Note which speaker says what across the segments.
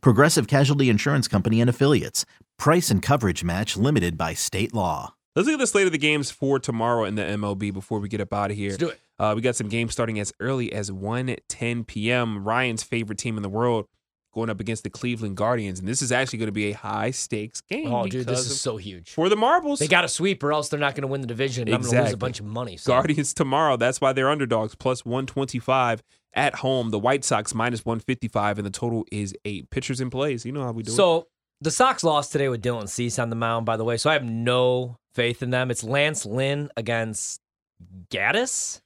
Speaker 1: Progressive Casualty Insurance Company and Affiliates. Price and coverage match limited by state law.
Speaker 2: Let's look at the slate of the games for tomorrow in the MLB before we get up out of here.
Speaker 3: Let's do it.
Speaker 2: Uh, we got some games starting as early as 1:10 p.m. Ryan's favorite team in the world going up against the Cleveland Guardians, and this is actually going to be a high stakes game.
Speaker 3: Oh, dude, this
Speaker 2: because
Speaker 3: is
Speaker 2: of-
Speaker 3: so huge.
Speaker 2: for the marbles.
Speaker 3: They got to sweep, or else they're not going to win the division. and I'm going to lose
Speaker 2: Exactly.
Speaker 3: a bunch of money. So.
Speaker 2: Guardians tomorrow. That's why they're underdogs plus 125 at home. The White Sox minus 155, and the total is eight. Pitchers in plays. You know how we do it.
Speaker 3: So the Sox lost today with Dylan Cease on the mound, by the way. So I have no faith in them. It's Lance Lynn against Gaddis.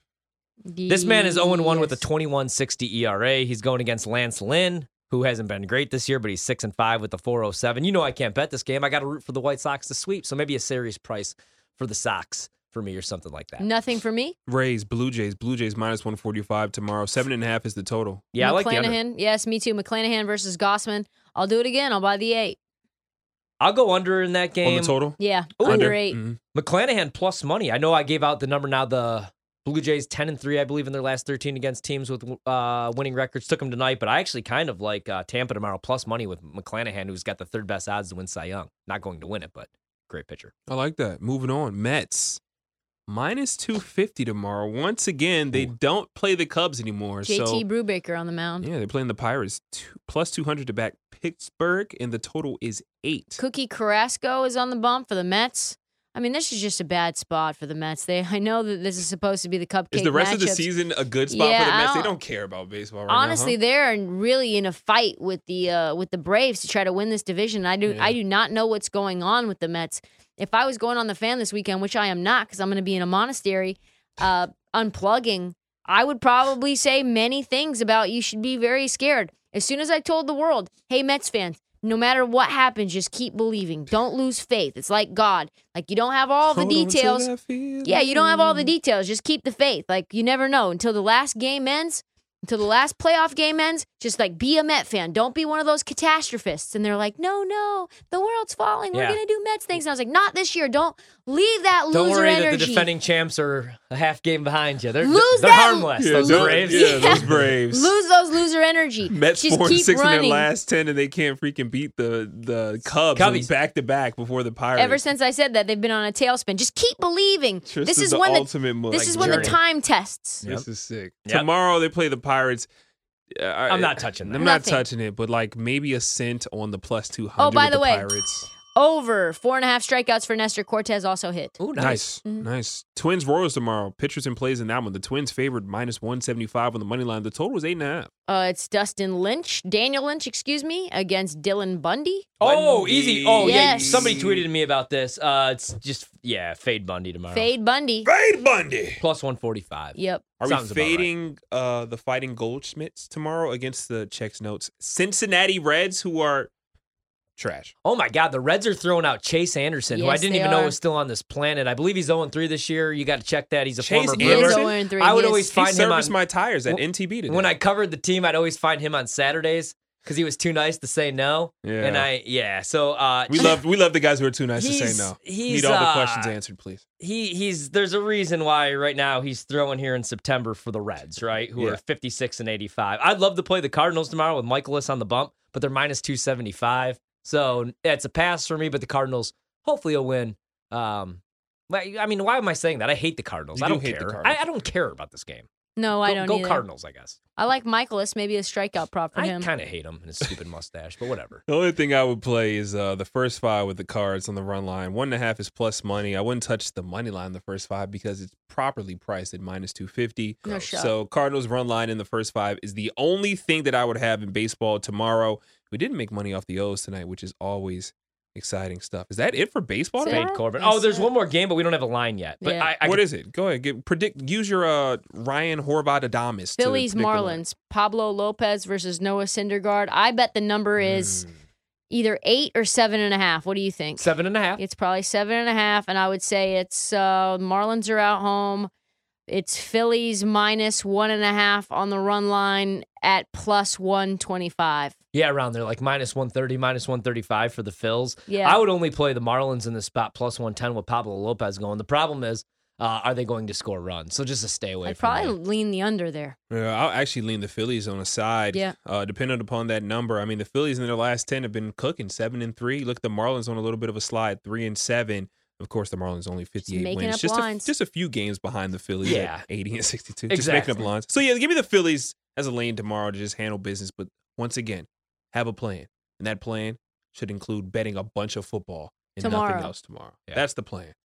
Speaker 3: This man is 0 1 with a 21.60 ERA. He's going against Lance Lynn, who hasn't been great this year, but he's 6 and 5 with a 407. You know I can't bet this game. I got to root for the White Sox to sweep. So maybe a serious price for the Sox for me or something like that.
Speaker 4: Nothing for me.
Speaker 2: Rays, Blue Jays, Blue Jays minus 145 tomorrow. Seven and a half is the total.
Speaker 3: Yeah, I like the under.
Speaker 4: McClanahan. Yes, me too. McClanahan versus Gossman. I'll do it again. I'll buy the eight.
Speaker 3: I'll go under in that game.
Speaker 2: On the total.
Speaker 4: Yeah,
Speaker 3: Ooh. Mm,
Speaker 4: under,
Speaker 2: Under.
Speaker 4: eight.
Speaker 2: Mhm.
Speaker 3: McClanahan plus money. I know I gave out the number now. The Blue Jays ten and three, I believe, in their last thirteen against teams with uh, winning records. Took them tonight, but I actually kind of like uh, Tampa tomorrow plus money with McClanahan, who's got the third best odds to win Cy Young. Not going to win it, but great pitcher.
Speaker 2: I like that. Moving on, Mets minus 250 tomorrow. Once again, they don't play the Cubs anymore.
Speaker 4: JT
Speaker 2: so
Speaker 4: Brubaker on the mound.
Speaker 2: yeah, they're playing the Pirates two, plus 200 to back Pittsburgh, and the total is eight.
Speaker 4: Cookie Carrasco is on the bump for the Mets. I mean, this is just a bad spot for the Mets. They, I know that this is supposed to be the cupcake.
Speaker 2: Is the rest of the
Speaker 4: matchups.
Speaker 2: season a good spot
Speaker 4: Yeah,
Speaker 2: for the
Speaker 4: I
Speaker 2: Mets? They
Speaker 4: don't-
Speaker 2: don't care about baseball right
Speaker 4: Honestly,
Speaker 2: now.
Speaker 4: they're really in a fight with the uh, with the Braves to try to win this division. I do
Speaker 2: Yeah.
Speaker 4: I do not know what's going on with the Mets. If I was going on the fan this weekend, which I am not, because I'm going to be in a monastery, uh, unplugging, I would probably say many things about you should be very scared. As soon as I told the world, hey Mets fans, no matter what happens, just keep believing. Don't lose faith. It's like God. Like you don't have all the details. Yeah, you don't have
Speaker 2: Mm.
Speaker 4: all the details. Just keep the faith. Like you never know until the last game ends, until the last playoff game ends. Just like be a Met fan. Don't be one of those catastrophists. And they're like, no, no, the world's falling. We're
Speaker 3: Yeah.
Speaker 4: gonna do Mets things. And I was like, not this year. Don't leave that loser
Speaker 3: Don't worry
Speaker 4: energy.
Speaker 3: that the defending champs are a half game behind you. They're
Speaker 4: Lose
Speaker 3: they're
Speaker 4: that-
Speaker 3: harmless.
Speaker 2: Yeah,
Speaker 3: those
Speaker 2: don't-
Speaker 3: Braves.
Speaker 2: Yeah, those Braves.
Speaker 4: Lose those loser energy.
Speaker 2: Mets
Speaker 4: Just
Speaker 2: four and
Speaker 4: keep
Speaker 2: six
Speaker 4: running.
Speaker 2: in their last ten, and they can't freaking beat the the Cubs
Speaker 3: Cubbies.
Speaker 2: back to back before the Pirates.
Speaker 4: Ever since I said that, they've been on a tailspin. Just keep believing.
Speaker 2: Tristan,
Speaker 4: this is
Speaker 2: the
Speaker 4: when the
Speaker 2: ultimate mug.
Speaker 4: this is when the
Speaker 3: journey.
Speaker 4: time tests.
Speaker 3: Yep.
Speaker 2: This is sick.
Speaker 3: Yep.
Speaker 2: Tomorrow they play the Pirates. Uh, I-
Speaker 3: I'm not touching that.
Speaker 2: I'm
Speaker 4: Nothing.
Speaker 2: not touching it, but like maybe a cent on the plus two hundred.
Speaker 4: Oh, by
Speaker 2: with
Speaker 4: the way,
Speaker 2: Pirates.
Speaker 4: Over four and a half strikeouts for Nestor Cortez also hit.
Speaker 3: Ooh, nice.
Speaker 2: Nice, nice. Twins Royals tomorrow. Pitchers and plays in that one. The Twins favored minus one seventy five on the money line. The total is eight and a half.
Speaker 4: Uh, it's Dustin Lynch, Daniel Lynch, excuse me, against Dylan Bundy.
Speaker 3: Oh, easy. Oh, yeah.
Speaker 4: Yes.
Speaker 3: Somebody tweeted me about this. Uh, it's just yeah, fade Bundy tomorrow.
Speaker 4: Fade Bundy.
Speaker 2: Fade Bundy.
Speaker 3: plus one forty five.
Speaker 4: Yep.
Speaker 2: Are
Speaker 3: Sounds
Speaker 2: we
Speaker 3: about right.
Speaker 2: fading uh, the Fighting Goldschmidts tomorrow against the Checks Notes Cincinnati Reds, who are trash?
Speaker 3: Oh my God, the Reds are throwing out Chase Anderson, who I
Speaker 4: Yes,
Speaker 3: didn't
Speaker 4: they
Speaker 3: even
Speaker 4: are.
Speaker 3: know was still on this planet. I believe he's 0 3 this year. You got to check that. He's a
Speaker 2: Chase
Speaker 3: former
Speaker 4: He is
Speaker 2: Anderson?
Speaker 3: Brewer.
Speaker 4: 0 and 3.
Speaker 3: I would
Speaker 4: He is-
Speaker 3: always
Speaker 2: He
Speaker 3: find him
Speaker 2: serviced
Speaker 3: on,
Speaker 2: my tires at
Speaker 3: Wh-
Speaker 2: NTB today.
Speaker 3: when I covered the team. I'd always find him on Saturdays because he was too nice to say no.
Speaker 2: Yeah.
Speaker 3: And I yeah, so uh,
Speaker 2: we love we love the guys who are too nice to
Speaker 3: He's-
Speaker 2: say no.
Speaker 3: he's,
Speaker 2: Need all the
Speaker 3: uh,
Speaker 2: questions answered, please.
Speaker 3: he he's there's a reason why right now he's throwing here in September for the Reds, right? Who
Speaker 2: Yeah.
Speaker 3: are 56 and 85. I'd love to play the Cardinals tomorrow with Michaelis on the bump, but they're minus 275. So it's a pass for me, but the Cardinals hopefully will win. Um well, I mean, why am I saying that? I hate the Cardinals.
Speaker 2: You
Speaker 3: I
Speaker 2: do
Speaker 3: don't
Speaker 2: hate the
Speaker 3: care.
Speaker 2: Cardinals.
Speaker 3: I, I don't care about this game.
Speaker 4: No,
Speaker 3: Go,
Speaker 4: Oh, I don't
Speaker 3: go
Speaker 4: either.
Speaker 3: Cardinals, I guess.
Speaker 4: I like Michaelis, maybe a strikeout prop for
Speaker 3: I
Speaker 4: him.
Speaker 3: kind of hate him and his stupid mustache, but whatever.
Speaker 2: The only thing I would play is uh, the first five with the cards on the run line. One and a half is plus money. I wouldn't touch the money line the first five because it's properly priced at minus two fifty.
Speaker 4: No shot.
Speaker 2: so Cardinals run line in the first five is the only thing that I would have in baseball tomorrow. We didn't make money off the O's tonight, which is always exciting stuff. Is that it for baseball?
Speaker 4: That's it.
Speaker 2: Tomorrow?
Speaker 3: Fade Corbin.
Speaker 4: Yes,
Speaker 3: Oh, there's
Speaker 4: sir.
Speaker 3: one more game, but we don't have a line yet. But
Speaker 4: Yeah.
Speaker 3: I, I
Speaker 2: What
Speaker 3: could-
Speaker 2: is it? Go ahead, give, predict. Use your uh, Ryan Horvat Adamas. to
Speaker 4: Phillies
Speaker 2: predict the line.
Speaker 3: Mm.
Speaker 2: Hmm.
Speaker 4: Marlins, Pablo Lopez versus Noah Syndergaard. I bet the number is either eight or seven and a half. What do you think?
Speaker 3: Seven and a half.
Speaker 4: It's probably seven and a half, and I would say it's uh, Marlins are out home. It's Phillies minus one and a half on the run line at plus one twenty five.
Speaker 3: Yeah, around there, like minus 130, minus 135 for the Phils.
Speaker 4: Yeah,
Speaker 3: I would only play the Marlins in this spot plus 110 with Pablo Lopez going. The problem is, uh, are they going to score runs? So just a stay away.
Speaker 4: I'd
Speaker 3: from
Speaker 4: probably
Speaker 3: that.
Speaker 4: lean the under there.
Speaker 2: Yeah, I'll actually lean the Phillies on the side.
Speaker 4: Yeah.
Speaker 2: Uh, depending upon that number, I mean, the Phillies in their last ten have been cooking seven and three. Look, the Marlins on a little bit of a slide, three and seven. Of course, the Marlins only fifty-eight
Speaker 4: making
Speaker 2: wins,
Speaker 4: up
Speaker 2: just
Speaker 4: lines.
Speaker 2: A, just a few games behind the Phillies.
Speaker 3: Yeah.
Speaker 2: at eighty and sixty-two, just making up
Speaker 3: Exactly.
Speaker 2: lines. So yeah, give me the Phillies as a lane tomorrow to just handle business. But once again, have a plan, and that plan should include betting a bunch of football and
Speaker 4: Tomorrow.
Speaker 2: nothing else tomorrow.
Speaker 3: Yeah.
Speaker 2: That's the plan.